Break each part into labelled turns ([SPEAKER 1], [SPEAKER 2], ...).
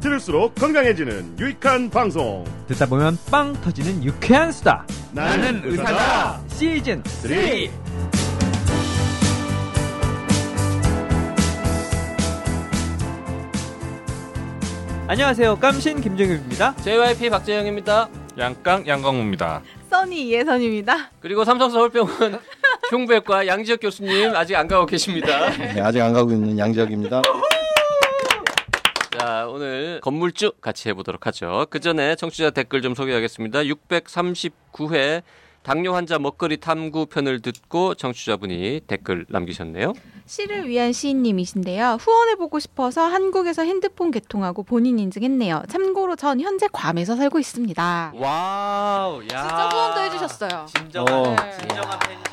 [SPEAKER 1] 들을수록 건강해지는 유익한 방송
[SPEAKER 2] 듣다 보면 빵 터지는 유쾌한 수다.
[SPEAKER 1] 나는 의사다 네.
[SPEAKER 2] 시즌
[SPEAKER 1] 3
[SPEAKER 2] 안녕하세요. 깜신 김종엽입니다.
[SPEAKER 3] JYP 박재영입니다.
[SPEAKER 4] 양깡 양광우입니다.
[SPEAKER 5] 써니 이예선입니다.
[SPEAKER 3] 그리고 삼성서울병원 흉부외과 양지혁 교수님 아직 안 가고 계십니다.
[SPEAKER 6] 네, 아직 안 가고 있는 양지혁입니다.
[SPEAKER 3] 자, 오늘 건물주 같이 해보도록 하죠. 그 전에 청취자 댓글 좀 소개하겠습니다. 639회 당뇨 환자 먹거리 탐구 편을 듣고 청취자분이 댓글 남기셨네요.
[SPEAKER 5] 시를 위한 시인님이신데요. 후원해보고 싶어서 한국에서 핸드폰 개통하고 본인 인증했네요. 참고로 전 현재 괌에서 살고 있습니다.
[SPEAKER 3] 와우, 야.
[SPEAKER 5] 진짜 후원도 해주셨어요.
[SPEAKER 3] 진정한,
[SPEAKER 6] 어.
[SPEAKER 3] 진정한 팬이시네요.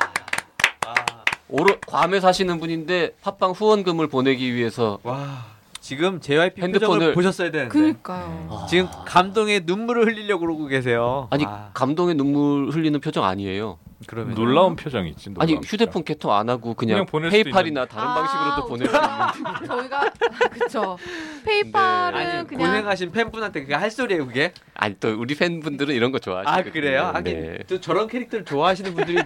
[SPEAKER 3] 오로, 괌에 사시는 분인데 팟빵 후원금을 보내기 위해서
[SPEAKER 2] 와, 지금 JYP
[SPEAKER 3] 핸드폰을-
[SPEAKER 2] 표정을 보셨어야 되는데.
[SPEAKER 5] 그니까요.
[SPEAKER 2] 지금 감동에 눈물을 흘리려고 그러고 계세요.
[SPEAKER 3] 아니
[SPEAKER 2] 아,
[SPEAKER 3] 감동의 눈물 흘리는 표정 아니에요.
[SPEAKER 2] 그러면
[SPEAKER 4] 놀라운 표정이 있지. 놀라운
[SPEAKER 3] 아니
[SPEAKER 4] 표정.
[SPEAKER 3] 휴대폰 개통 안 하고 그냥,
[SPEAKER 4] 그냥 보낼 수도
[SPEAKER 3] 페이팔이나 다른
[SPEAKER 5] 아,
[SPEAKER 3] 방식으로도 보낼 수
[SPEAKER 5] 우리가-
[SPEAKER 3] 있는. 네.
[SPEAKER 5] 저희가 그쵸. 페이팔은
[SPEAKER 2] 아니,
[SPEAKER 5] 네, 그냥
[SPEAKER 2] 고생하신 팬분한테 그게 할 소리예요, 그게?
[SPEAKER 3] 아니 또 우리 팬분들은 이런 거 좋아하시거든요.
[SPEAKER 2] 아, 그래요? 하긴
[SPEAKER 3] 네.
[SPEAKER 2] 또 저런 캐릭터를 좋아하시는 분들이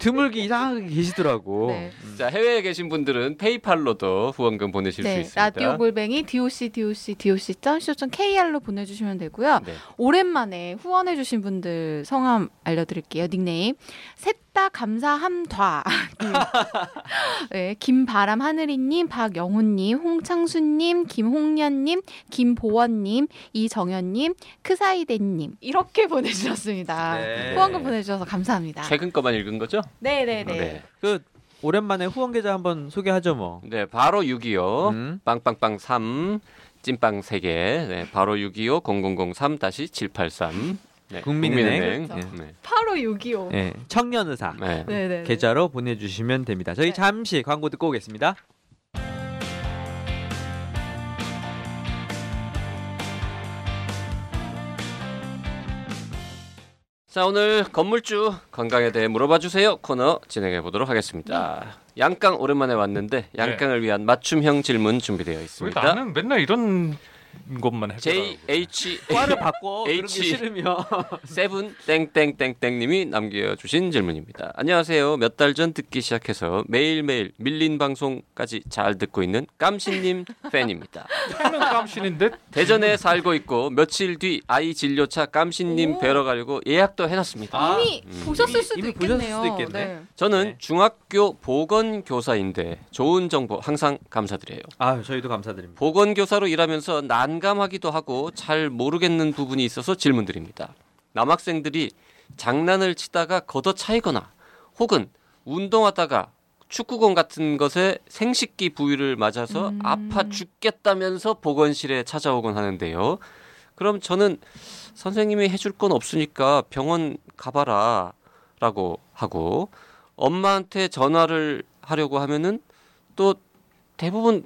[SPEAKER 2] 드물게 이상하게 계시더라고.
[SPEAKER 5] 네,
[SPEAKER 3] 자 해외에 계신 분들은 페이팔로도 후원금 보내실 수
[SPEAKER 5] 네,
[SPEAKER 3] 있습니다.
[SPEAKER 5] 라디오 골뱅이 doc doc doc co kr로 보내주시면 되고요.
[SPEAKER 3] 네.
[SPEAKER 5] 오랜만에 후원해주신 분들 성함 알려드릴게요. 닉네임 셋다 감사함다. 네, 김바람 하늘이님, 박영훈님, 홍창수님, 김홍련님, 김보원님, 이정현님, 크사이데님 이렇게 보내주셨습니다.
[SPEAKER 2] 네.
[SPEAKER 5] 후원금 보내주셔서 감사합니다.
[SPEAKER 3] 최근 거만 읽은 거죠?
[SPEAKER 5] 네네네.
[SPEAKER 3] 네.
[SPEAKER 2] 그 오랜만에 후원 계좌 한번 소개하죠, 뭐.
[SPEAKER 3] 네, 바로 625
[SPEAKER 2] 음.
[SPEAKER 3] 빵빵빵 3 찐빵 3개. 네, 바로 625 0003 다시 783. 네,
[SPEAKER 2] 국민은행.
[SPEAKER 3] 국민은행.
[SPEAKER 5] 그렇죠.
[SPEAKER 3] 네.
[SPEAKER 5] 바로 625.
[SPEAKER 2] 예, 청년 의사.
[SPEAKER 3] 네.
[SPEAKER 5] 네네.
[SPEAKER 2] 계좌로 보내주시면 됩니다. 저희
[SPEAKER 5] 네.
[SPEAKER 2] 잠시 광고 듣고 오겠습니다.
[SPEAKER 3] 자 오늘 건물주 건강에 대해 물어봐 주세요 코너 진행해 보도록 하겠습니다.
[SPEAKER 5] 네.
[SPEAKER 3] 양깡 오랜만에 왔는데 양깡을
[SPEAKER 2] 네.
[SPEAKER 3] 위한 맞춤형 질문 준비되어
[SPEAKER 4] 왜
[SPEAKER 3] 있습니다.
[SPEAKER 4] 나는 맨날 이런 것만 해.
[SPEAKER 3] J H
[SPEAKER 2] 과를 바꿔
[SPEAKER 3] H.
[SPEAKER 2] 그런 게 싫으면
[SPEAKER 3] 세븐 땡땡땡땡님이 남겨주신 질문입니다. 안녕하세요. 몇 달 전 듣기 시작해서 매일 매일 밀린 방송까지 잘 듣고 있는 깜신님 팬입니다.
[SPEAKER 4] 태명 깜신인데
[SPEAKER 3] 대전에 살고 있고 며칠 뒤 아이 진료차 깜신님
[SPEAKER 5] 오.
[SPEAKER 3] 뵈러 가려고 예약도 해놨습니다.
[SPEAKER 5] 이미 보셨을 수도
[SPEAKER 2] 이미 보셨을
[SPEAKER 5] 있겠네요.
[SPEAKER 2] 수도 있겠네.
[SPEAKER 5] 네.
[SPEAKER 3] 저는
[SPEAKER 2] 네.
[SPEAKER 3] 중학교 보건교사인데 좋은 정보 항상 감사드려요.
[SPEAKER 2] 아 저희도 감사드립니다.
[SPEAKER 3] 보건교사로 일하면서 난감하기도 하고 잘 모르겠는 부분이 있어서 질문드립니다. 남학생들이 장난을 치다가 걷어 차이거나 혹은 운동하다가 축구공 같은 것에 생식기 부위를 맞아서
[SPEAKER 5] 음.
[SPEAKER 3] 아파 죽겠다면서 보건실에 찾아오곤 하는데요. 그럼 저는 선생님이 해줄 건 없으니까 병원 가봐라 라고 하고 엄마한테 전화를 하려고 하면은 또 대부분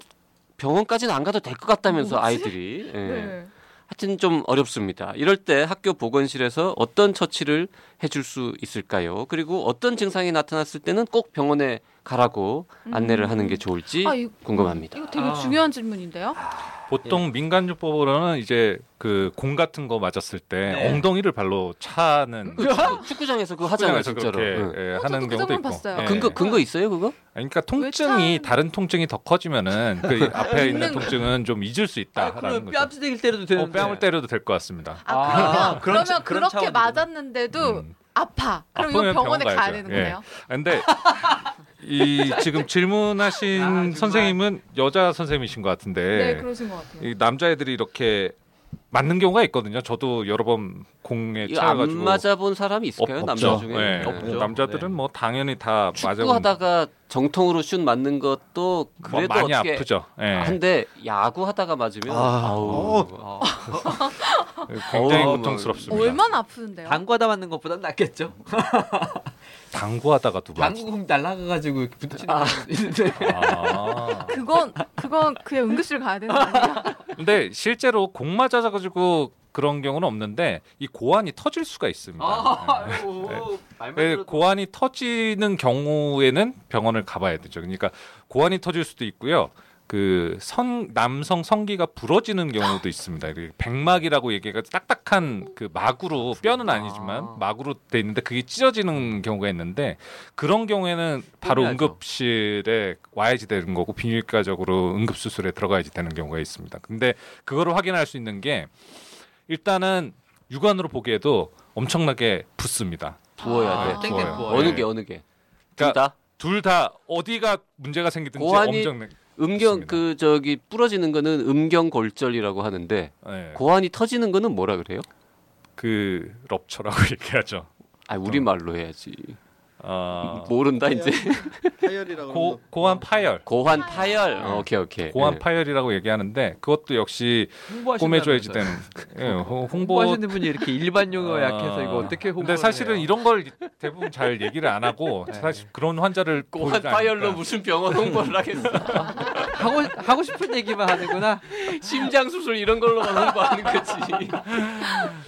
[SPEAKER 3] 병원까지는 안 가도 될 것 같다면서 아이들이 예.
[SPEAKER 5] 네.
[SPEAKER 3] 하여튼 좀 어렵습니다. 이럴 때 학교 보건실에서 어떤 처치를 해줄 수 있을까요? 그리고 어떤 증상이 나타났을 때는 꼭 병원에 가라고 안내를 하는 게 좋을지
[SPEAKER 5] 아, 이거-
[SPEAKER 3] 궁금합니다.
[SPEAKER 5] 이거 되게
[SPEAKER 2] 아.
[SPEAKER 5] 중요한 질문인데요.
[SPEAKER 4] 보통
[SPEAKER 3] 예.
[SPEAKER 4] 민간요법으로는 이제 그 공 같은 거 맞았을 때
[SPEAKER 2] 네.
[SPEAKER 4] 엉덩이를 발로 차는
[SPEAKER 3] 그 축구장에서 그거 하잖아요,
[SPEAKER 4] 그래서
[SPEAKER 3] 진짜로.
[SPEAKER 4] 그렇게
[SPEAKER 3] 응.
[SPEAKER 4] 예,
[SPEAKER 5] 어, 저도
[SPEAKER 4] 하는
[SPEAKER 5] 그
[SPEAKER 4] 경우도
[SPEAKER 5] 장면
[SPEAKER 4] 있고.
[SPEAKER 5] 봤어요.
[SPEAKER 4] 예.
[SPEAKER 5] 아,
[SPEAKER 3] 근거 근거 있어요, 그거?
[SPEAKER 4] 그러니까
[SPEAKER 5] 왜
[SPEAKER 4] 통증이
[SPEAKER 5] 참-
[SPEAKER 4] 다른 통증이 더 커지면은 그 앞에 있는
[SPEAKER 5] 있는 거.
[SPEAKER 4] 통증은 좀 잊을 수 있다라는
[SPEAKER 2] 아, 그럼
[SPEAKER 4] 거죠.
[SPEAKER 2] 뺨스 대길 때려도
[SPEAKER 4] 어,
[SPEAKER 2] 되는데
[SPEAKER 4] 뺨을 때려도 될 것 같습니다.
[SPEAKER 5] 아,
[SPEAKER 2] 아,
[SPEAKER 5] 그러면 그러면
[SPEAKER 2] 그런 차- 그런
[SPEAKER 5] 그렇게
[SPEAKER 2] 차원이구나.
[SPEAKER 5] 맞았는데도
[SPEAKER 4] 음.
[SPEAKER 5] 아파. 그럼 이거
[SPEAKER 4] 아프면 병원
[SPEAKER 5] 병원에 가야
[SPEAKER 4] 가야죠.
[SPEAKER 5] 되는
[SPEAKER 4] 예.
[SPEAKER 5] 거네요.
[SPEAKER 4] 근데 이 지금 질문하신
[SPEAKER 2] 아, 정말.
[SPEAKER 4] 선생님은 여자 선생님이신 것 같은데
[SPEAKER 5] 네, 그러신 것 같아요.
[SPEAKER 4] 이 남자애들이 이렇게 맞는 경우가 있거든요. 저도 여러 번 공에
[SPEAKER 3] 이거 안
[SPEAKER 4] 차가지고
[SPEAKER 3] 맞아본 사람이 있을까요,
[SPEAKER 6] 없-
[SPEAKER 3] 남자
[SPEAKER 6] 없죠.
[SPEAKER 3] 중에?
[SPEAKER 4] 네.
[SPEAKER 3] 없죠.
[SPEAKER 4] 남자들은 뭐 당연히 다 맞아.
[SPEAKER 3] 축구하다가 정통으로 슛 맞는 것도
[SPEAKER 4] 뭐
[SPEAKER 3] 그래도
[SPEAKER 4] 많이
[SPEAKER 3] 어떻게
[SPEAKER 4] 아프죠. 예.
[SPEAKER 3] 한데 야구하다가 맞으면
[SPEAKER 6] 아.
[SPEAKER 3] 아우
[SPEAKER 2] 어,
[SPEAKER 4] 굉장히
[SPEAKER 3] 어우,
[SPEAKER 4] 고통스럽습니다.
[SPEAKER 5] 얼마나 아프는데요?
[SPEAKER 2] 당구하다 맞는 것보단 낫겠죠.
[SPEAKER 4] 당구하다가도 맞아.
[SPEAKER 2] 뭐, 당구공 날라가가지고 이렇게 부딪히는 거 있는데
[SPEAKER 4] 아.
[SPEAKER 5] 그건 그건 그냥 응급실 가야 되는 거예요.
[SPEAKER 4] 근데 실제로 공 맞아가지고 그런 경우는 없는데 이 고환이 터질 수가 있습니다.
[SPEAKER 3] 아,
[SPEAKER 4] 네.
[SPEAKER 3] 아이고, 말만
[SPEAKER 4] 네,
[SPEAKER 3] 들어도
[SPEAKER 4] 고환이 터지는 경우에는 병원을 가봐야 되죠. 그러니까 고환이 터질 수도 있고요. 그 성, 남성 성기가 부러지는 경우도 있습니다. 이렇게 백막이라고 얘기가 딱딱한 그 마구로 뼈는
[SPEAKER 3] 아.
[SPEAKER 4] 아니지만 마구로 돼 있는데 그게 찢어지는 경우가 있는데 그런 경우에는 바로
[SPEAKER 3] 끝내야죠.
[SPEAKER 4] 응급실에 와야지 되는 거고 비뇨기과적으로 응급 수술에 들어가야지 되는 경우가 있습니다. 근데 그거를 확인할 수 있는 게 일단은 육안으로 보기에도 엄청나게 붓습니다.
[SPEAKER 3] 부어야 돼.
[SPEAKER 5] 아,
[SPEAKER 4] 땡땡 부어요. 부어요.
[SPEAKER 3] 어느
[SPEAKER 4] 네.
[SPEAKER 3] 게 어느 게. 둘
[SPEAKER 4] 그러니까
[SPEAKER 3] 다
[SPEAKER 4] 둘 다 어디가 문제가 생기든지
[SPEAKER 3] 고환이-
[SPEAKER 4] 엄청나.
[SPEAKER 3] 음경
[SPEAKER 4] 좋습니다.
[SPEAKER 3] 그 저기 부러지는 거는 음경골절이라고 하는데
[SPEAKER 4] 예,
[SPEAKER 3] 고환이 터지는 거는 뭐라 그래요?
[SPEAKER 4] 그 럽처라고 얘기하죠.
[SPEAKER 3] 아 우리 말로 해야지.
[SPEAKER 4] 어,
[SPEAKER 3] 모른다 이제.
[SPEAKER 6] 파열이라고
[SPEAKER 4] 고
[SPEAKER 2] 네.
[SPEAKER 4] 고환 파열.
[SPEAKER 3] 고환 파열. 어, 오케이 오케이.
[SPEAKER 4] 고환
[SPEAKER 3] 예.
[SPEAKER 4] 파열이라고 얘기하는데 그것도 역시 꿰매줘야지 되는 예, 홍- 홍보
[SPEAKER 2] 홍보하시는 분이 이렇게 일반 용어
[SPEAKER 4] 아.
[SPEAKER 2] 약해서 이거 어떻게 홍보?
[SPEAKER 4] 근데 사실은 이런 걸 대부분 잘 얘기를 안 하고
[SPEAKER 2] 네.
[SPEAKER 4] 사실 그런 환자를 그러니까.
[SPEAKER 3] 고환
[SPEAKER 4] 보지 않으니까.
[SPEAKER 3] 파열로 무슨 병원 홍보를 하겠어?
[SPEAKER 2] 하고 하고 싶은 얘기만 하는구나.
[SPEAKER 3] 심장 수술 이런 걸로만 홍보하는 거지.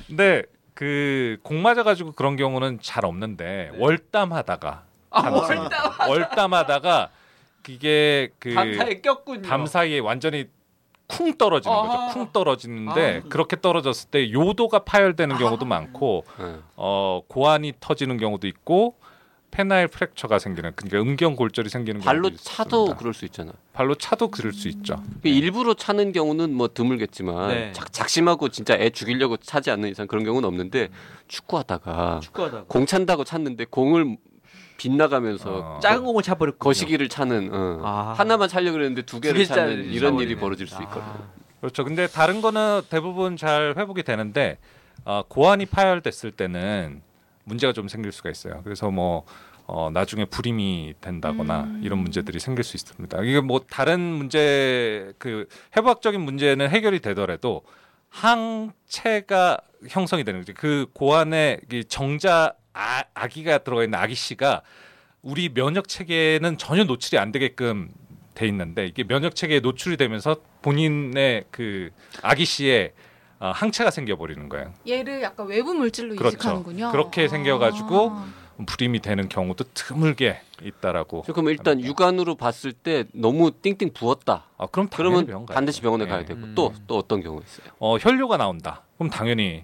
[SPEAKER 4] 근데 그 공맞아 가지고 그런 경우는 잘 없는데
[SPEAKER 2] 네.
[SPEAKER 4] 월담하다가
[SPEAKER 3] 월담.
[SPEAKER 4] 월담하다가 그게 그
[SPEAKER 2] 감사에 꼈군요.
[SPEAKER 4] 담 사이에 완전히 쿵 떨어지는
[SPEAKER 2] 아하.
[SPEAKER 4] 거죠. 쿵 떨어지는데
[SPEAKER 2] 아.
[SPEAKER 4] 그렇게 떨어졌을 때 요도가 파열되는 경우도 많고
[SPEAKER 3] 예.
[SPEAKER 4] 어 고환이 터지는 경우도 있고 페나일 프랙처가 생기는 그러니까 음경 골절이 생기는
[SPEAKER 3] 발로
[SPEAKER 4] 경우도
[SPEAKER 3] 차도
[SPEAKER 4] 있습니다. 네.
[SPEAKER 3] 그럴 수 있잖아.
[SPEAKER 4] 발로 차도 그럴 수 있죠.
[SPEAKER 3] 그 일부러 차는 경우는 뭐 드물겠지만
[SPEAKER 2] 네.
[SPEAKER 3] 작, 작심하고 진짜 애 죽이려고 차지 않는 이상 그런 경우는 없는데
[SPEAKER 4] 음.
[SPEAKER 3] 축구하다가
[SPEAKER 2] 축구하다가
[SPEAKER 3] 공 찬다고 찼는데 공을 빗나가면서
[SPEAKER 4] 어.
[SPEAKER 2] 작은 공을 차버렸고
[SPEAKER 3] 거시기를 차는 어.
[SPEAKER 2] 아.
[SPEAKER 3] 하나만 차려고 그랬는데 두 개를 차는 이런 일이 벌어질
[SPEAKER 4] 아.
[SPEAKER 3] 수 있거든.
[SPEAKER 2] 요
[SPEAKER 4] 그렇죠. 근데 다른 거는 대부분 잘 회복이 되는데 어, 고환이 파열됐을 때는 문제가 좀 생길 수가 있어요. 그래서 뭐 어, 나중에 불임이 된다거나
[SPEAKER 5] 음.
[SPEAKER 4] 이런 문제들이 생길 수 있습니다. 이게 뭐 다른 문제 그 해부학적인 문제는 해결이 되더라도 항체가 형성이 되는 거죠. 그 고환에 이 정자 아, 아기가 들어가 있는 아기 씨가 우리 면역 체계는 전혀 노출이 안 되게끔 돼 있는데 이게 면역 체계에 노출이 되면서 본인의 그 아기 씨의 어, 항체가 생겨버리는 거예요.
[SPEAKER 5] 얘를 약간 외부 물질로
[SPEAKER 4] 그렇죠.
[SPEAKER 5] 이식하는군요. 아.
[SPEAKER 4] 그렇게 생겨가지고 불임이 되는 경우도 드물게 있다라고.
[SPEAKER 3] 그럼 일단
[SPEAKER 4] 합니다.
[SPEAKER 3] 육안으로 봤을 때 너무 띵띵 부었다.
[SPEAKER 4] 아, 그럼 당연히
[SPEAKER 3] 그러면
[SPEAKER 4] 병원 가야
[SPEAKER 3] 반드시
[SPEAKER 4] 돼요.
[SPEAKER 3] 병원에
[SPEAKER 4] 예.
[SPEAKER 3] 가야 되고
[SPEAKER 2] 음.
[SPEAKER 3] 또 또 어떤 경우 있어요?
[SPEAKER 4] 어, 혈뇨가 나온다. 그럼 당연히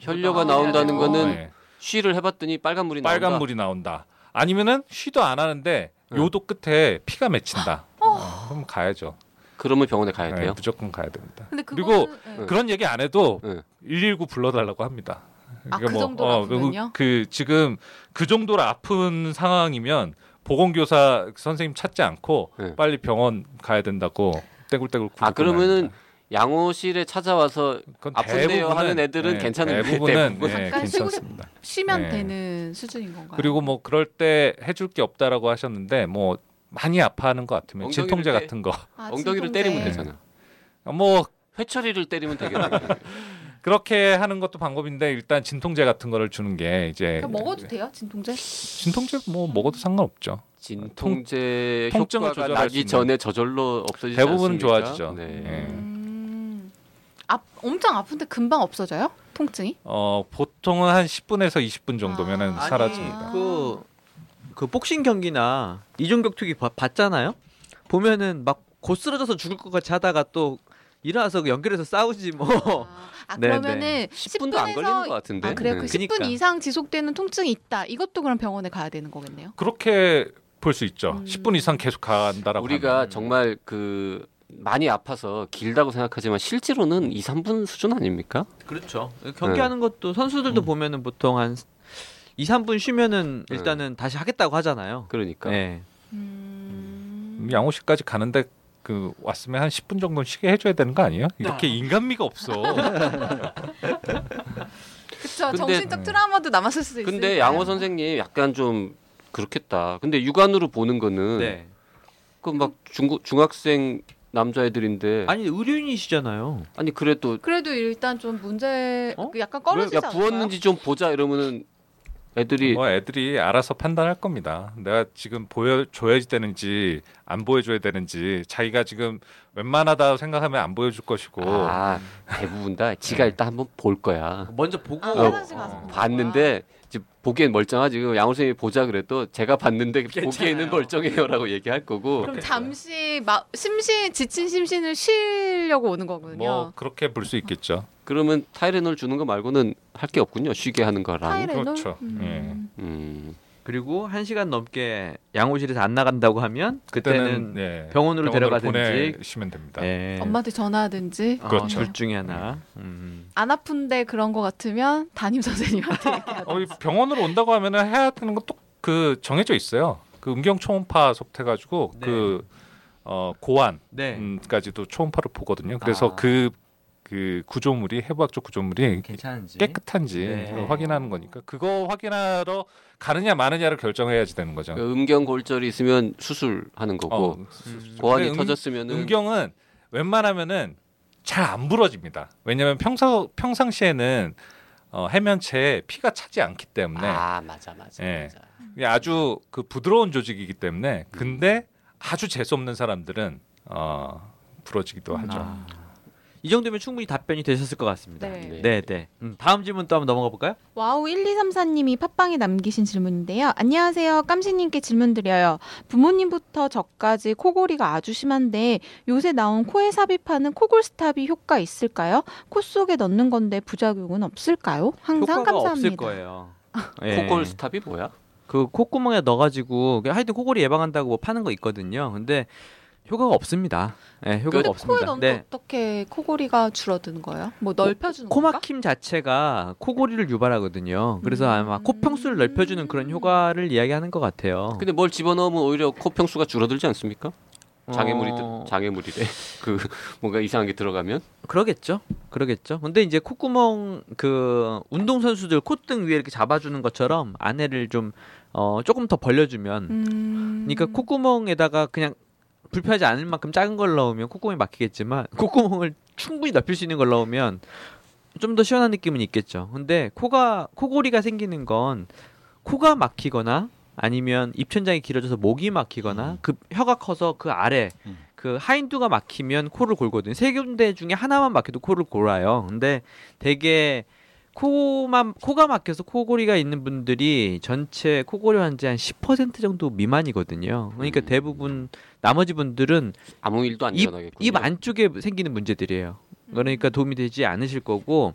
[SPEAKER 3] 혈뇨가
[SPEAKER 5] 아,
[SPEAKER 3] 나온다는
[SPEAKER 5] 어.
[SPEAKER 3] 거는
[SPEAKER 4] 예,
[SPEAKER 3] 쉬를 해봤더니 빨간 물이 나온다.
[SPEAKER 4] 빨간 물이 나온다. 아니면은 쉬도 안 하는데
[SPEAKER 3] 응.
[SPEAKER 4] 요도 끝에 피가 맺힌다. 어, 그럼 가야죠.
[SPEAKER 3] 그러면 병원에 가야
[SPEAKER 4] 예,
[SPEAKER 3] 돼요.
[SPEAKER 4] 무조건 가야 됩니다.
[SPEAKER 5] 근데
[SPEAKER 4] 그리고
[SPEAKER 5] 그거는- 네.
[SPEAKER 3] 응.
[SPEAKER 4] 그런 얘기 안 해도
[SPEAKER 3] 응.
[SPEAKER 4] 119 불러달라고 합니다.
[SPEAKER 5] 아,
[SPEAKER 4] 그러니까
[SPEAKER 5] 그 정도라면요?
[SPEAKER 4] 그, 그 지금 그 정도로 아픈 상황이면 보건교사 선생님 찾지 않고
[SPEAKER 3] 네.
[SPEAKER 4] 빨리 병원 가야 된다고 떼굴떼굴 굴고
[SPEAKER 3] 아, 그러면은 양호실에 찾아와서 아픈데요 하는 애들은 괜찮은데
[SPEAKER 4] 네, 대부분은
[SPEAKER 3] 대부분.
[SPEAKER 4] 예,
[SPEAKER 5] 잠깐 쉬고
[SPEAKER 4] 괜찮습니다.
[SPEAKER 5] 쉬면
[SPEAKER 4] 네.
[SPEAKER 5] 되는 수준인 건가요?
[SPEAKER 4] 그리고 뭐 그럴 때 해줄 게 없다라고 하셨는데 뭐 많이 아파하는 것 같으면
[SPEAKER 3] 엉덩이를
[SPEAKER 4] 진통제
[SPEAKER 3] 때-
[SPEAKER 4] 같은 거
[SPEAKER 5] 아,
[SPEAKER 3] 엉덩이를
[SPEAKER 5] 진통제.
[SPEAKER 4] 네.
[SPEAKER 3] 때리면 되잖아.
[SPEAKER 4] 뭐
[SPEAKER 3] 회처리를 때리면 되겠네.
[SPEAKER 4] 그렇게 하는 것도 방법인데 일단 진통제 같은 거를 주는 게 이제
[SPEAKER 5] 그냥 먹어도 돼요 진통제?
[SPEAKER 4] 진통제 뭐 먹어도 상관없죠.
[SPEAKER 3] 진통제
[SPEAKER 4] 통- 통증을
[SPEAKER 3] 효과가
[SPEAKER 4] 조절할 수
[SPEAKER 3] 나기
[SPEAKER 4] 있는.
[SPEAKER 3] 전에 저절로 없어지지
[SPEAKER 4] 대부분은
[SPEAKER 3] 않습니까?
[SPEAKER 4] 좋아지죠.
[SPEAKER 3] 네.
[SPEAKER 4] 예.
[SPEAKER 5] 음. 아, 엄청 아픈데 금방 없어져요? 통증이?
[SPEAKER 4] 어 보통은 한 10분에서 20분 정도면은
[SPEAKER 5] 아.
[SPEAKER 4] 음, 사라집니다.
[SPEAKER 5] 아니.
[SPEAKER 2] 그, 그 복싱 경기나 이종격 투기 봐- 봤잖아요. 보면은 막 곧 쓰러져서 죽을 것 같이 하다가 또 일어나서 그 연결해서 싸우지 뭐.
[SPEAKER 5] 아, 아,
[SPEAKER 2] 네,
[SPEAKER 5] 그러면은
[SPEAKER 3] 10분도 안
[SPEAKER 5] 10분에서
[SPEAKER 3] 걸리는 것 같은데.
[SPEAKER 5] 아 그래요?
[SPEAKER 3] 네.
[SPEAKER 5] 그 10분
[SPEAKER 2] 그니까.
[SPEAKER 5] 이상 지속되는 통증이 있다. 이것도 그럼 병원에 가야 되는 거겠네요.
[SPEAKER 4] 그렇게 볼 수 있죠.
[SPEAKER 5] 음.
[SPEAKER 4] 10분 이상 계속 간다라고
[SPEAKER 3] 우리가
[SPEAKER 4] 하면.
[SPEAKER 3] 정말 그 많이 아파서 길다고 생각하지만 실제로는 2, 3분 수준 아닙니까?
[SPEAKER 2] 그렇죠. 경기하는 것도 선수들도 보면은 보통 한 2, 3분 쉬면은 일단은 다시 하겠다고 하잖아요.
[SPEAKER 3] 그러니까.
[SPEAKER 2] 네.
[SPEAKER 5] 음.
[SPEAKER 4] 양호실까지 가는데 그 왔으면 한 10분 정도 쉬게 해줘야 되는 거 아니에요? 이렇게 인간미가 없어.
[SPEAKER 5] 그쵸.
[SPEAKER 3] 근데-
[SPEAKER 5] 정신적 트라우마도 남았을 수도 있어요.
[SPEAKER 3] 근데 양호 선생님 약간 좀 그렇겠다. 근데 육안으로 보는 거는
[SPEAKER 2] 네.
[SPEAKER 3] 그 막 중고 중학생 남자애들인데
[SPEAKER 2] 아니
[SPEAKER 3] 아니,
[SPEAKER 2] 의료인이시잖아요.
[SPEAKER 3] 그래도
[SPEAKER 5] 그래도 일단 좀 문제
[SPEAKER 2] 어?
[SPEAKER 5] 약간
[SPEAKER 3] 왜-
[SPEAKER 5] 꺼려지지
[SPEAKER 3] 야 부었는지 좀 보자 이러면은 애들이
[SPEAKER 4] 뭐 애들이 알아서 판단할 겁니다. 내가 지금 보여줘야 되는지 안 보여줘야 되는지 자기가 지금 웬만하다고 생각하면 안 보여줄 것이고
[SPEAKER 3] 아 대부분 다 지가 일단 한번 볼 거야.
[SPEAKER 2] 먼저 보고
[SPEAKER 5] 아,
[SPEAKER 3] 어,
[SPEAKER 5] 화장실 가서 보는 거야.
[SPEAKER 3] 봤는데 이제 보기엔 멀쩡하지. 그리고 양호 선생님이 보자 그래도 제가 봤는데 보기에는 멀쩡해요라고 얘기할 거고.
[SPEAKER 5] 그럼 잠시 마, 심신 지친 심신을 쉬려고 오는 거군요.
[SPEAKER 4] 뭐 그렇게 볼 수 있겠죠.
[SPEAKER 3] 그러면 타이레놀 주는 거 말고는 할 게 없군요. 쉬게 하는 거랑.
[SPEAKER 5] 타이레놀?
[SPEAKER 4] 그렇죠.
[SPEAKER 5] 음.
[SPEAKER 3] 음.
[SPEAKER 2] 그리고 한 시간 넘게 양호실에서 안 나간다고 하면 그때는
[SPEAKER 4] 예,
[SPEAKER 2] 병원으로 데려가든지
[SPEAKER 4] 보내시면 됩니다.
[SPEAKER 2] 예.
[SPEAKER 5] 엄마한테 전화하든지
[SPEAKER 2] 어,
[SPEAKER 4] 그렇죠.
[SPEAKER 2] 둘 중에 하나. 음.
[SPEAKER 5] 안 아픈데 그런 거 같으면 담임 선생님한테 얘기하든지.
[SPEAKER 4] 어, 이 병원으로 온다고 하면은 해야 되는 건또그 정해져 있어요. 그 음경 초음파 속해가지고
[SPEAKER 2] 네.
[SPEAKER 4] 그 어, 고환
[SPEAKER 2] 네.
[SPEAKER 4] 음, 까지도 초음파로 보거든요. 그래서
[SPEAKER 2] 아.
[SPEAKER 4] 그, 그 구조물이 해부학적 구조물이
[SPEAKER 2] 괜찮은지.
[SPEAKER 4] 깨끗한지
[SPEAKER 2] 네.
[SPEAKER 4] 그걸 확인하는 거니까 그거 확인하러 가느냐 마느냐를 결정해야지 되는 거죠.
[SPEAKER 3] 그 음경 골절이 있으면 수술하는 거고
[SPEAKER 4] 어,
[SPEAKER 2] 음.
[SPEAKER 3] 고환이
[SPEAKER 4] 근데 음-
[SPEAKER 3] 터졌으면은
[SPEAKER 4] 음경은 웬만하면은 잘 안 부러집니다. 왜냐하면 평소 평상시에는 어, 해면체에 피가 차지 않기 때문에
[SPEAKER 3] 아 맞아 맞아
[SPEAKER 4] 예.
[SPEAKER 3] 맞아.
[SPEAKER 4] 이게 아주 그 부드러운 조직이기 때문에 근데 아주 재수 없는 사람들은 어, 부러지기도 하죠.
[SPEAKER 2] 아. 이 정도면 충분히 답변이 되셨을 것 같습니다.
[SPEAKER 5] 네.
[SPEAKER 2] 네, 네. 음, 다음 질문 또 한번 넘어가 볼까요?
[SPEAKER 5] 와우 1234님이 팟빵에 남기신 질문인데요. 안녕하세요. 깜시님께 질문 드려요. 부모님부터 저까지 코골이가 아주 심한데 요새 나온 코에 삽입하는 코골스탑이 효과 있을까요? 코 속에 넣는 건데 부작용은 없을까요? 음, 항상
[SPEAKER 2] 효과가
[SPEAKER 5] 감사합니다.
[SPEAKER 2] 없을 거예요. 예.
[SPEAKER 3] 코골 스탑이 뭐야?
[SPEAKER 2] 그 콧구멍에 넣어가지고 하여튼 코골이 예방한다고 뭐 파는 거 있거든요. 근데 효과가 없습니다. 예, 효과가
[SPEAKER 5] 근데 코에
[SPEAKER 2] 없습니다. 네.
[SPEAKER 5] 넣는 어떻게 코골이가 줄어드는 거예요? 뭐
[SPEAKER 2] 코-
[SPEAKER 5] 넓혀주는 건가?
[SPEAKER 2] 코막힘 자체가 코골이를 유발하거든요. 그래서
[SPEAKER 5] 음.
[SPEAKER 2] 아마 코평수를 넓혀주는 그런 효과를 이야기하는 것 같아요.
[SPEAKER 3] 근데 뭘 집어넣으면 오히려 코 평수가 줄어들지 않습니까? 장애물이
[SPEAKER 2] 어,
[SPEAKER 3] 들- 장애물이래. 그 뭔가 이상한 게 들어가면
[SPEAKER 2] 그러겠죠. 그러겠죠. 근데 이제 콧구멍 그 운동 선수들 콧등 위에 이렇게 잡아주는 것처럼 안에를 좀 어, 조금 더 벌려주면
[SPEAKER 5] 음...
[SPEAKER 2] 그러니까 콧구멍에다가 그냥 불편하지 않을 만큼 작은 걸 넣으면 콧구멍이 막히겠지만 콧구멍을 충분히 넓힐 수 있는 걸 넣으면 좀 더 시원한 느낌은 있겠죠. 근데 코가 코골이가 생기는 건 코가 막히거나 아니면 입천장이 길어져서 목이 막히거나 그 혀가 커서 그 아래
[SPEAKER 6] 음.
[SPEAKER 2] 그 하인두가 막히면 코를 골거든요. 세 군데 중에 하나만 막혀도 코를 골아요. 근데 되게 코만 코가 막혀서 코골이가 있는 분들이 전체 코골이 환자의 한10% 정도 미만이거든요. 그러니까
[SPEAKER 3] 음.
[SPEAKER 2] 대부분 나머지 분들은
[SPEAKER 3] 아무 일도 안
[SPEAKER 2] 입-
[SPEAKER 3] 일어나겠군요.
[SPEAKER 2] 입 안쪽에 생기는 문제들이에요.
[SPEAKER 5] 음.
[SPEAKER 2] 그러니까 도움이 되지 않으실 거고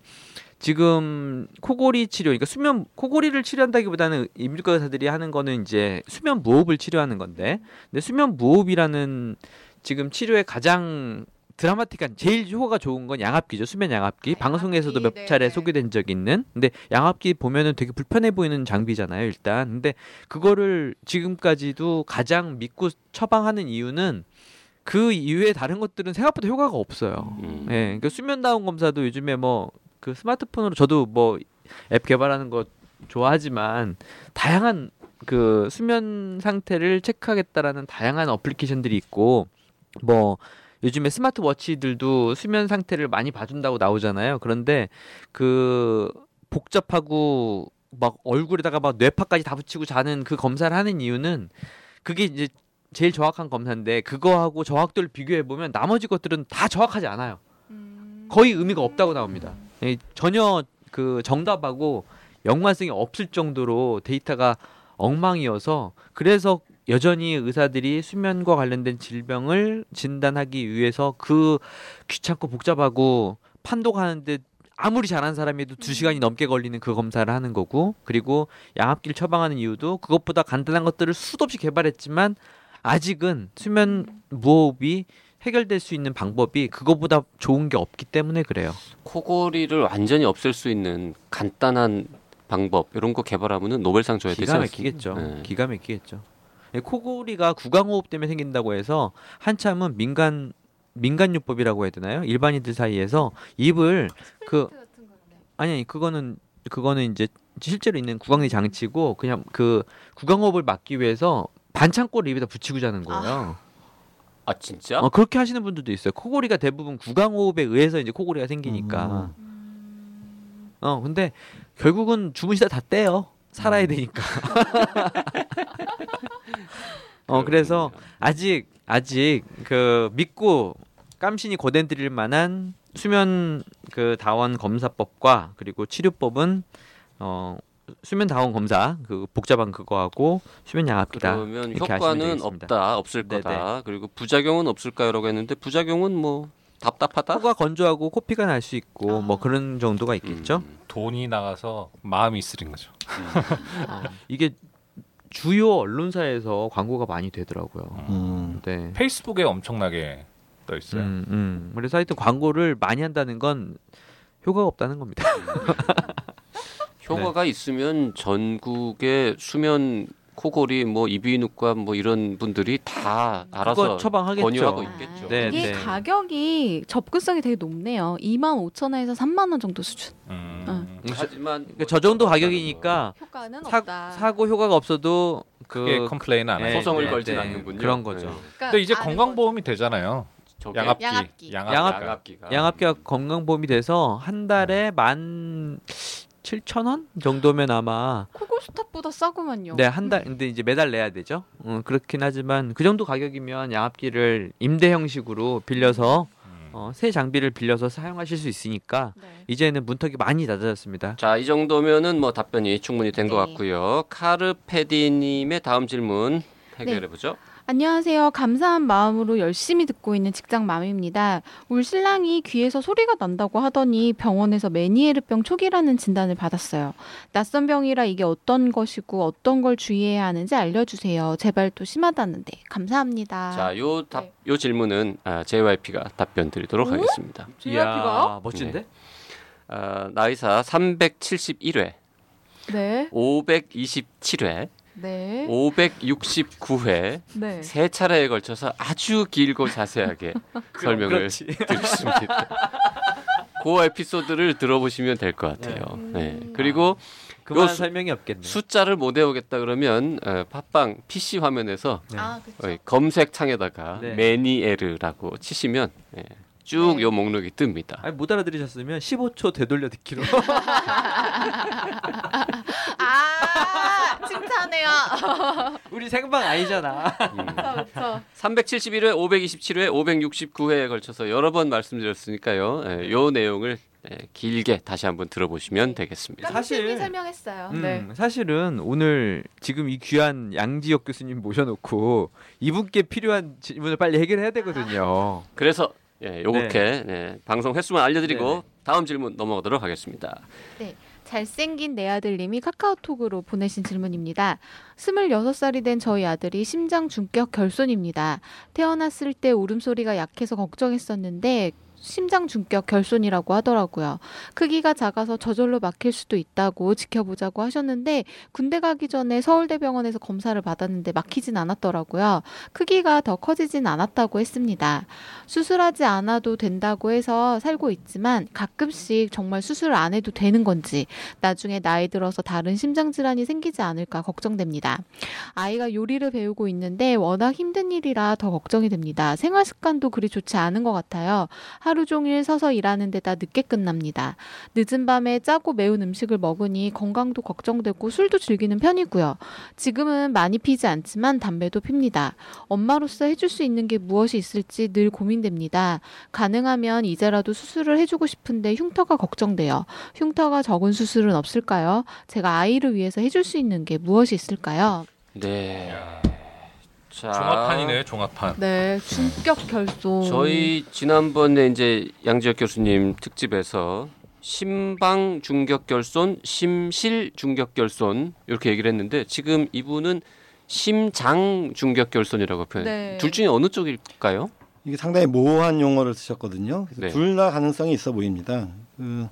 [SPEAKER 2] 지금 코골이 치료, 그러니까 수면 코골이를 치료한다기보다는 임질과 의사들이 하는 거는 이제 수면 무호흡을 치료하는 건데, 근데 수면 무호흡이라는 지금 치료의 가장 드라마틱한 제일 효과가 좋은 건 양압기죠 수면 양압기
[SPEAKER 5] 아,
[SPEAKER 2] 방송에서도 몇
[SPEAKER 5] 양압기,
[SPEAKER 2] 차례
[SPEAKER 5] 네네.
[SPEAKER 2] 소개된 적이 있는 근데 양압기 보면은 되게 불편해 보이는 장비잖아요 일단 근데 그거를 지금까지도 가장 믿고 처방하는 이유는 그 이외에 다른 것들은 생각보다 효과가 없어요
[SPEAKER 3] 음.
[SPEAKER 2] 예, 그러니까 수면 다운 검사도 요즘에 뭐 그 스마트폰으로 저도 뭐 앱 개발하는 거 좋아하지만 다양한 그 수면 상태를 체크하겠다라는 다양한 어플리케이션들이 있고 뭐 요즘에 스마트워치들도 수면 상태를 많이 봐준다고 나오잖아요. 그런데 그 복잡하고 막 얼굴에다가 막 뇌파까지 다 붙이고 자는 그 검사를 하는 이유는 그게 이제 제일 정확한 검사인데 그거하고 정확도를 비교해 보면 나머지 것들은 다 정확하지 않아요. 거의 의미가 없다고 나옵니다. 예, 전혀 그 정답하고 연관성이 없을 정도로 데이터가 엉망이어서 그래서 여전히 의사들이 수면과 관련된 질병을 진단하기 위해서 그 귀찮고 복잡하고 판독하는데 아무리 잘하는 사람이도 두 시간이 넘게 걸리는 그 검사를 하는 거고 그리고 양압기를 처방하는 이유도 그것보다 간단한 것들을 수도 없이 개발했지만 아직은 수면 무호흡이 해결될 수 있는 방법이 그거보다 좋은 게 없기 때문에 그래요.
[SPEAKER 3] 코골이를 완전히 없앨 수 있는 간단한 방법 이런 거 개발하면은 노벨상 줘야 되지
[SPEAKER 2] 기가
[SPEAKER 3] 않습니까?
[SPEAKER 2] 막히겠죠.
[SPEAKER 3] 네.
[SPEAKER 2] 기가 막히겠죠. 예, 코골이가 구강호흡 때문에 생긴다고 해서 한참은 민간 민간요법이라고 해야 되나요? 일반인들 사이에서 입을 그 아니 아니 그거는 그거는 이제 실제로 있는 구강내 장치고 그냥 그 구강호흡을 막기 위해서 반창고를 입에다 붙이고 자는 거예요.
[SPEAKER 3] 아 진짜?
[SPEAKER 2] 어, 그렇게 하시는 분들도 있어요. 코골이가 대부분 구강호흡에 의해서 이제 코골이가 생기니까. 어 근데 결국은 주무시다 다 떼요. 살아야 되니까. 어 그래서 아직 아직 그 믿고 깜신이 고된드릴 만한 수면 그 다원 검사법과 그리고 치료법은 어 수면 다원 검사 그 복잡한 그거하고 수면 양압기다.
[SPEAKER 3] 그러면
[SPEAKER 2] 이렇게 하시면
[SPEAKER 3] 효과는
[SPEAKER 2] 되겠습니다.
[SPEAKER 3] 없다, 없을
[SPEAKER 2] 네네.
[SPEAKER 3] 거다. 그리고 부작용은 없을까요라고 했는데 부작용은 뭐 답답하다.
[SPEAKER 2] 코가 건조하고 코피가 날 수
[SPEAKER 5] 아.
[SPEAKER 2] 있고 뭐 그런 정도가 있겠죠.
[SPEAKER 3] 음.
[SPEAKER 4] 돈이 나가서 마음이 쓰린 거죠.
[SPEAKER 2] 어, 이게 주요 언론사에서 광고가 많이 되더라고요.
[SPEAKER 6] 음.
[SPEAKER 2] 네.
[SPEAKER 4] 페이스북에 엄청나게 떠 있어요.
[SPEAKER 2] 음, 음. 그래서 하여튼 광고를 많이 한다는 건 효과가 없다는 겁니다.
[SPEAKER 3] 음,
[SPEAKER 2] 네.
[SPEAKER 3] 효과가 있으면 전국의 수면 코골이 뭐 이비인후과 뭐 이런 분들이 다 알아서
[SPEAKER 2] 그건 처방하겠죠.
[SPEAKER 3] 권유하고 있겠죠.
[SPEAKER 2] 네, 네.
[SPEAKER 5] 이게 가격이 접근성이 되게 높네요. 2만 5천 원에서 3만 원 정도 수준.
[SPEAKER 4] 음.
[SPEAKER 5] 응.
[SPEAKER 3] 하지만
[SPEAKER 2] 그러니까 저 정도 가격이니까
[SPEAKER 5] 효과는 없다.
[SPEAKER 2] 사, 고 효과가 없어도
[SPEAKER 4] 그게
[SPEAKER 2] 그
[SPEAKER 4] 컴플레인 안
[SPEAKER 2] 네,
[SPEAKER 4] 해요.
[SPEAKER 3] 뭐 소송을
[SPEAKER 2] 네,
[SPEAKER 3] 걸진
[SPEAKER 2] 네.
[SPEAKER 3] 않는군요.
[SPEAKER 2] 그런 거죠.
[SPEAKER 5] 그러니까
[SPEAKER 4] 근데
[SPEAKER 5] 아,
[SPEAKER 4] 이제 건강보험이 되잖아요.
[SPEAKER 3] 저게
[SPEAKER 4] 양압기,
[SPEAKER 5] 양압기.
[SPEAKER 2] 양압-
[SPEAKER 4] 양압,
[SPEAKER 3] 양압기가
[SPEAKER 2] 양압기가 건강보험이 돼서 한 달에 만 7천 원 정도면 아마
[SPEAKER 5] 코골스탑보다 싸구만요.
[SPEAKER 2] 네 한 달 근데 이제 매달 내야 되죠. 음, 그렇긴 하지만 그 정도 가격이면 양압기를 임대 형식으로 빌려서
[SPEAKER 4] 음.
[SPEAKER 2] 어, 새 장비를 빌려서 사용하실 수 있으니까
[SPEAKER 5] 네.
[SPEAKER 2] 이제는 문턱이 많이 낮아졌습니다.
[SPEAKER 3] 자, 이 정도면은 뭐 답변이 충분히 된 것
[SPEAKER 5] 네.
[SPEAKER 3] 같고요. 카르페디님의 다음 질문 해결해 보죠.
[SPEAKER 5] 안녕하세요. 감사한 마음으로 열심히 듣고 있는 직장 맘입니다. 울 신랑이 귀에서 소리가 난다고 하더니 병원에서 메니에르병 초기라는 진단을 받았어요. 낯선 병이라 이게 어떤 것이고 어떤 걸 주의해야 하는지 알려주세요. 제발 또 심하다는데 감사합니다.
[SPEAKER 3] 자, 요 답, 요 질문은 아, JYP가 답변 드리도록
[SPEAKER 5] 네. 오?
[SPEAKER 3] 하겠습니다.
[SPEAKER 2] 이야, 멋진데?
[SPEAKER 3] 아, 나이사 371회,
[SPEAKER 5] 네,
[SPEAKER 3] 527회,
[SPEAKER 5] 네,
[SPEAKER 3] 569회
[SPEAKER 5] 네.
[SPEAKER 3] 세 차례에 걸쳐서 아주 길고 자세하게 설명을 드렸습니다. 그 에피소드를 들어보시면 될 것 같아요. 네.
[SPEAKER 5] 음.
[SPEAKER 3] 그리고
[SPEAKER 2] 그만
[SPEAKER 3] 수-
[SPEAKER 2] 설명이 없겠네.
[SPEAKER 3] 숫자를 못 외우겠다 그러면 어, 팟빵 PC 화면에서
[SPEAKER 2] 네.
[SPEAKER 5] 아, 그렇죠.
[SPEAKER 3] 어, 검색창에다가
[SPEAKER 2] 네.
[SPEAKER 3] 매니에르라고 치시면 예, 쭉
[SPEAKER 5] 네.
[SPEAKER 3] 요 목록이 뜹니다.
[SPEAKER 2] 아니 못 알아들으셨으면 15초 되돌려 듣기로.
[SPEAKER 5] 아, 칭찬해요.
[SPEAKER 2] 우리 생방 아니잖아.
[SPEAKER 5] 그렇죠.
[SPEAKER 3] 371회, 527회, 569회에 걸쳐서 여러 번 말씀드렸으니까요.
[SPEAKER 4] 네.
[SPEAKER 3] 예, 요 내용을 예, 길게 다시 한번 들어보시면
[SPEAKER 5] 네.
[SPEAKER 3] 되겠습니다.
[SPEAKER 2] 사실-
[SPEAKER 5] 깜찍이 설명했어요.
[SPEAKER 2] 음,
[SPEAKER 5] 네.
[SPEAKER 2] 사실은 오늘 지금 이 귀한 양지혁 교수님 모셔놓고 이분께 필요한 질문을 빨리 해결해야 되거든요.
[SPEAKER 3] 그래서 예,
[SPEAKER 4] 네.
[SPEAKER 3] 요렇게 예, 방송 횟수만 알려드리고
[SPEAKER 2] 네네.
[SPEAKER 3] 다음 질문 넘어가도록 하겠습니다.
[SPEAKER 5] 잘생긴 내 아들님이 카카오톡으로 보내신 질문입니다. 26살이 된 저희 아들이 심장 중격 결손입니다. 태어났을 때 울음소리가 약해서 걱정했었는데 심장 중격 결손이라고 하더라고요. 크기가 작아서 저절로 막힐 수도 있다고 지켜보자고 하셨는데 군대 가기 전에 서울대병원에서 검사를 받았는데 막히진 않았더라고요. 크기가 더 커지진 않았다고 했습니다. 수술하지 않아도 된다고 해서 살고 있지만 가끔씩 정말 수술 안 해도 되는 건지 나중에 나이 들어서 다른 심장질환이 생기지 않을까 걱정됩니다. 아이가 요리를 배우고 있는데 워낙 힘든 일이라 더 걱정이 됩니다. 생활 습관도 그리 좋지 않은 것 같아요. 하루 종일 서서 일하는 데다 늦게 끝납니다. 늦은 밤에 짜고 매운 음식을 먹으니 건강도 걱정되고 술도 즐기는 편이고요. 지금은 많이 피지 않지만 담배도 핍니다. 엄마로서 해줄 수 있는 게 무엇이 있을지 늘 고민됩니다. 가능하면 이제라도 수술을 해주고 싶은데 흉터가 걱정돼요. 흉터가 적은 수술은 없을까요? 제가 아이를 위해서 해줄 수 있는 게 무엇이 있을까요?
[SPEAKER 3] 네. 자,
[SPEAKER 4] 종합판이네요, 종합판.
[SPEAKER 5] 네, 중격 결손.
[SPEAKER 3] 저희 지난번에 이제 양지혁 교수님 특집에서 심방 중격결손, 심실 중격결손 이렇게 얘기를 했는데 지금 이분은 심장 중격결손이라고 표현.
[SPEAKER 5] 네.
[SPEAKER 3] 둘 중에 어느 쪽일까요?
[SPEAKER 6] 이게 상당히 모호한 용어를 쓰셨거든요. 그래서
[SPEAKER 3] 네.
[SPEAKER 6] 둘 다 가능성이 있어 보입니다. 그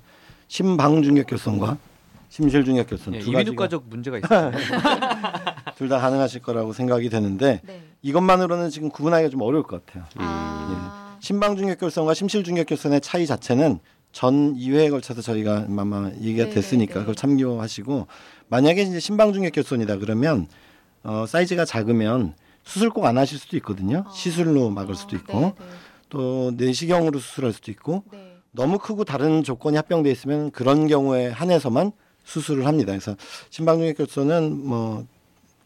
[SPEAKER 6] 심방중력결손과 심실중력결손
[SPEAKER 2] 예,
[SPEAKER 6] 네. 두 가지가
[SPEAKER 2] 이비인후과적 문제가 있어요.
[SPEAKER 6] 둘 다 가능하실 거라고 생각이 되는데
[SPEAKER 5] 네.
[SPEAKER 6] 이것만으로는 지금 구분하기가 좀 어려울 것 같아요. 예,
[SPEAKER 5] 아,
[SPEAKER 6] 심방중력결손과 심실중력결손의 차이 자체는 전 2회에 걸쳐서 저희가 아마 얘기가
[SPEAKER 5] 네,
[SPEAKER 6] 됐으니까
[SPEAKER 5] 네.
[SPEAKER 6] 그걸 참고하시고 만약에 이제 심방중력결손이다 그러면 어, 사이즈가 작으면 수술 꼭 안 하실 수도 있거든요.
[SPEAKER 5] 아.
[SPEAKER 6] 시술로 막을 수도 있고
[SPEAKER 5] 네,
[SPEAKER 6] 또 내시경으로 수술할 수도 있고
[SPEAKER 5] 네, 네.
[SPEAKER 6] 너무 크고 다른 조건이 합병돼 있으면 그런 경우에 한해서만 수술을 합니다. 그래서 심방중액결손은 뭐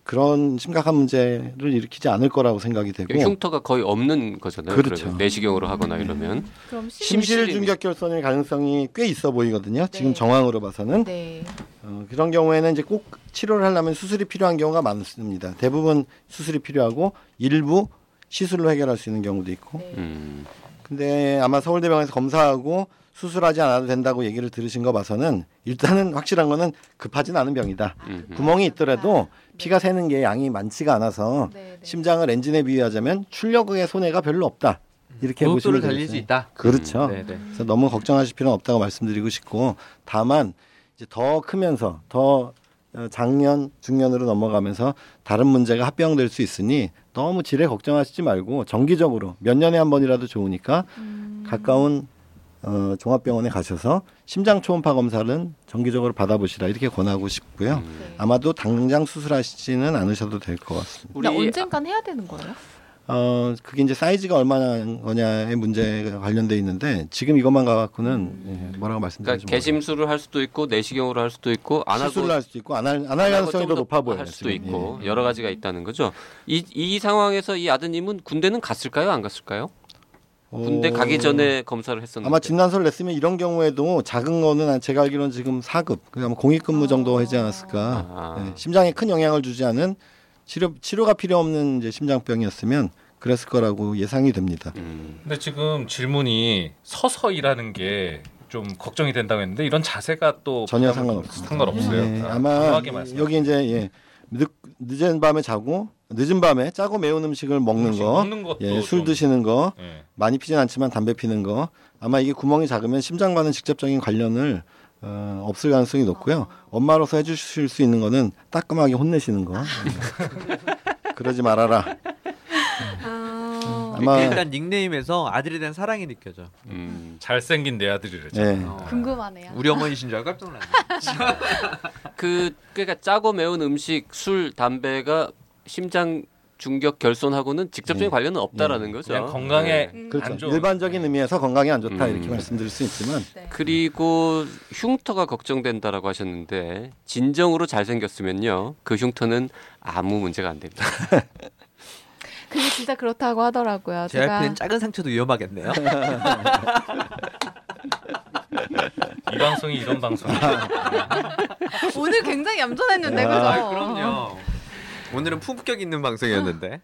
[SPEAKER 6] 그런 심각한 문제를 일으키지 않을 거라고 생각이 되고
[SPEAKER 3] 흉터가 거의 없는 거잖아요.
[SPEAKER 6] 그렇죠. 음.
[SPEAKER 3] 그러면 내시경으로 하거나 이러면
[SPEAKER 5] 그럼
[SPEAKER 3] 심실
[SPEAKER 6] 심실 중격결손일 가능성이 꽤 있어 보이거든요. 지금
[SPEAKER 5] 네.
[SPEAKER 6] 정황으로 봐서는
[SPEAKER 5] 네.
[SPEAKER 6] 어, 그런 경우에는 이제 꼭 치료를 하려면 수술이 필요한 경우가 많습니다. 대부분 수술이 필요하고 일부 시술로 해결할 수 있는 경우도 있고.
[SPEAKER 3] 음,
[SPEAKER 6] 근데 아마 서울대병원에서 검사하고 수술하지 않아도 된다고 얘기를 들으신 거 봐서는 일단은 확실한 거는 급하진 않은 병이다.
[SPEAKER 3] 음, 음.
[SPEAKER 6] 구멍이 있더라도 피가 새는 게 양이 많지가 않아서
[SPEAKER 5] 네, 네.
[SPEAKER 6] 심장을 엔진에 비유하자면 출력의 손해가 별로 없다. 이렇게 보시면
[SPEAKER 2] 고속도로 달릴 수
[SPEAKER 6] 되겠어요.
[SPEAKER 2] 있다.
[SPEAKER 6] 그렇죠.
[SPEAKER 2] 음, 네네.
[SPEAKER 6] 그래서 너무 걱정하실 필요는 없다고 말씀드리고 싶고 다만 이제 더 크면서 더 어, 장년 중년으로 넘어가면서 다른 문제가 합병될 수 있으니 너무 질에 걱정하시지 말고 정기적으로 몇 년에 한 번이라도 좋으니까 가까운 어, 종합병원에 가셔서 심장 초음파 검사는 정기적으로 받아보시라 이렇게 권하고 싶고요.
[SPEAKER 2] 음.
[SPEAKER 5] 네.
[SPEAKER 6] 아마도 당장 수술하시지는 않으셔도 될 것 같습니다.
[SPEAKER 5] 근데 언젠간 해야 되는 거예요?
[SPEAKER 6] 어 그게 이제 사이즈가 얼마나 거냐의 문제가 관련돼 있는데 지금 이것만 가갖고는 예, 뭐라고 말씀드리지
[SPEAKER 3] 그러니까 개심술을 할 수도 있고 내시경으로 할 수도 있고 안 하고
[SPEAKER 6] 수술을 할 수도 있고 안할
[SPEAKER 3] 안 하고
[SPEAKER 6] 가능성이 더
[SPEAKER 3] 좀
[SPEAKER 6] 높아 보여요.
[SPEAKER 3] 할 수도
[SPEAKER 6] 지금. 네.
[SPEAKER 3] 있고 여러 가지가 있다는 거죠. 이, 이 상황에서 이 아드님은 군대는 갔을까요? 안 갔을까요?
[SPEAKER 6] 예.
[SPEAKER 3] 군대
[SPEAKER 6] 어,
[SPEAKER 3] 가기 전에 검사를 했었는데
[SPEAKER 6] 아마 진단서를 냈으면 이런 경우에도 작은 거는 제가 알기로는 지금 4급 그러니까 공익근무 정도 하지 않았을까.
[SPEAKER 3] 아.
[SPEAKER 6] 예, 심장에 큰 영향을 주지 않은 치료 치료가 필요 없는 이제 심장병이었으면 그랬을 거라고 예상이 됩니다.
[SPEAKER 3] 음,
[SPEAKER 4] 근데 지금 질문이 서서 일하는 게 좀 걱정이 된다고 했는데 이런 자세가 또
[SPEAKER 6] 전혀 상관없습니다.
[SPEAKER 4] 상관없어요.
[SPEAKER 6] 예,
[SPEAKER 4] 아,
[SPEAKER 6] 아마
[SPEAKER 4] 강하게 말씀.
[SPEAKER 6] 여기 이제 예, 늦, 늦은 밤에 자고 늦은 밤에 짜고 매운 음식을 먹는
[SPEAKER 4] 음식
[SPEAKER 6] 거,
[SPEAKER 4] 먹는 것도
[SPEAKER 6] 예, 술
[SPEAKER 4] 좀-
[SPEAKER 6] 드시는 거,
[SPEAKER 4] 예.
[SPEAKER 6] 많이 피진 않지만 담배 피는 거 아마 이게 구멍이 작으면 심장과는 직접적인 관련을 어, 없을 가능성이 높고요. 엄마로서 해주실 수 있는 거는 따끔하게 혼내시는 거. 그러지 말아라.
[SPEAKER 5] 어.
[SPEAKER 6] 아마
[SPEAKER 2] 일단 닉네임에서 아들에 대한 사랑이 느껴져.
[SPEAKER 3] 음.
[SPEAKER 4] 잘생긴 내 아들이래.
[SPEAKER 6] 예.
[SPEAKER 2] 어.
[SPEAKER 5] 궁금하네요.
[SPEAKER 2] 우리 어머니신 줄 알고 깜짝 놀랐네.
[SPEAKER 3] 그 그러니까 짜고 매운 음식, 술, 담배가 심장 중격 결손하고는 직접적인
[SPEAKER 6] 예.
[SPEAKER 3] 관련은 없다라는 거죠.
[SPEAKER 4] 음. 그냥 건강에
[SPEAKER 3] 네.
[SPEAKER 4] 안
[SPEAKER 6] 그렇죠.
[SPEAKER 4] 좋은- 네.
[SPEAKER 6] 일반적인 의미에서 건강에 안 좋다
[SPEAKER 3] 음.
[SPEAKER 6] 이렇게 말씀드릴 수 있지만
[SPEAKER 5] 네.
[SPEAKER 3] 그리고 흉터가 걱정된다라고 하셨는데 진정으로 잘생겼으면요 그 흉터는 아무 문제가 안 됩니다.
[SPEAKER 5] 그게 진짜 그렇다고 하더라고요.
[SPEAKER 2] 제
[SPEAKER 5] 아, 제가
[SPEAKER 2] 앞에는 작은 상처도 위험하겠네요.
[SPEAKER 4] 네. 이 방송이 이런 방송.
[SPEAKER 5] 오늘 굉장히 얌전했는데 그죠?
[SPEAKER 2] 아, 그럼요. 오늘은 품격 있는 방송이었는데.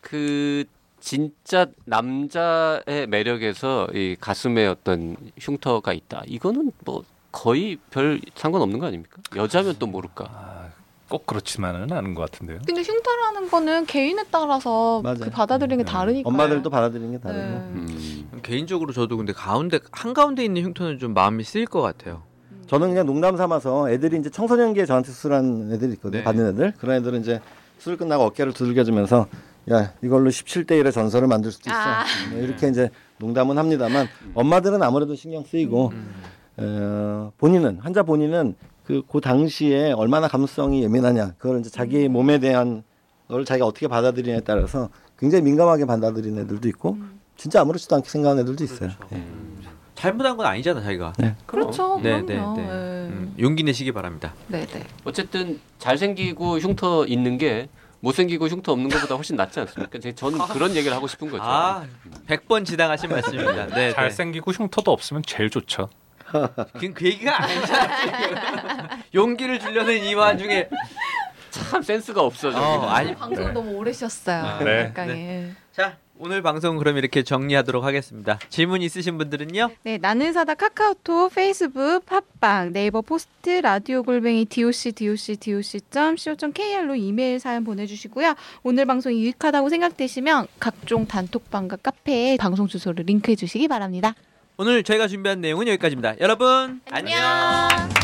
[SPEAKER 3] 그 진짜 남자의 매력에서 이 가슴에 어떤 흉터가 있다. 이거는 뭐 거의 별 상관없는 거 아닙니까? 여자면 또 모를까.
[SPEAKER 4] 꼭 그렇지만은 않은 것 같은데요.
[SPEAKER 5] 근데 흉터라는 거는 개인에 따라서
[SPEAKER 6] 맞아요. 네.
[SPEAKER 5] 그 받아들이는 게 네. 다르니까.
[SPEAKER 6] 엄마들도 받아들이는 게 다르고
[SPEAKER 3] 음.
[SPEAKER 2] 개인적으로 저도 근데 가운데 한 가운데 있는 흉터는 좀 마음이 쓰일 것 같아요.
[SPEAKER 6] 저는 그냥 농담 삼아서 애들이 이제 청소년기에 저한테 수술한 애들이 있거든요.
[SPEAKER 2] 네.
[SPEAKER 6] 받는 애들. 그런 애들은 이제 수술 끝나고 어깨를 두들겨주면서 야 이걸로 17대 1의 전설을 만들 수도 있어.
[SPEAKER 5] 아.
[SPEAKER 6] 뭐 이렇게 이제 농담은 합니다만 엄마들은 아무래도 신경 쓰이고 어, 본인은 환자 본인은 그 그 당시에 얼마나 감성이 예민하냐 그걸 이제 자기 몸에 대한 걸 자기가 어떻게 받아들이냐에 따라서 굉장히 민감하게 받아들이는 애들도 있고 진짜 아무렇지도 않게 생각하는 애들도 있어요. 예.
[SPEAKER 2] 잘못한 건 아니잖아 자기가.
[SPEAKER 6] 네.
[SPEAKER 5] 그렇죠.
[SPEAKER 2] 네,
[SPEAKER 5] 그럼요.
[SPEAKER 2] 네, 네.
[SPEAKER 5] 예.
[SPEAKER 2] 음, 용기 내시기 바랍니다.
[SPEAKER 5] 네, 네.
[SPEAKER 3] 어쨌든 잘생기고 흉터 있는 게 못생기고 흉터 없는 것보다 훨씬 낫지 않습니까? 제- 저는 그런 얘기를 하고 싶은 거죠.
[SPEAKER 2] 아, 100번 지당하신 말씀입니다. 네, 네.
[SPEAKER 4] 잘생기고 흉터도 없으면 제일 좋죠.
[SPEAKER 2] 그, 그 얘기가 아니잖아. 지금. 용기를 주려는 이 와중에
[SPEAKER 3] 참 센스가 없어.
[SPEAKER 2] 어,
[SPEAKER 3] 저기.
[SPEAKER 2] 아니
[SPEAKER 5] 방송 을 너무 오래 쉬었어요.
[SPEAKER 2] 아,
[SPEAKER 4] 네.
[SPEAKER 5] 약간의. 예.
[SPEAKER 2] 자, 오늘 방송 그럼 이렇게 정리하도록 하겠습니다. 질문 있으신 분들은요?
[SPEAKER 5] 네, 나는 사다 카카오톡, 페이스북, 팟빵, 네이버 포스트, 라디오 골뱅이 doc doc doc.co.kr로 이메일 사연 보내주시고요. 오늘 방송이 유익하다고 생각되시면 각종 단톡방과 카페에 방송 주소를 링크해 주시기 바랍니다.
[SPEAKER 2] 오늘 저희가 준비한 내용은 여기까지입니다. 여러분, 안녕.
[SPEAKER 5] 안녕.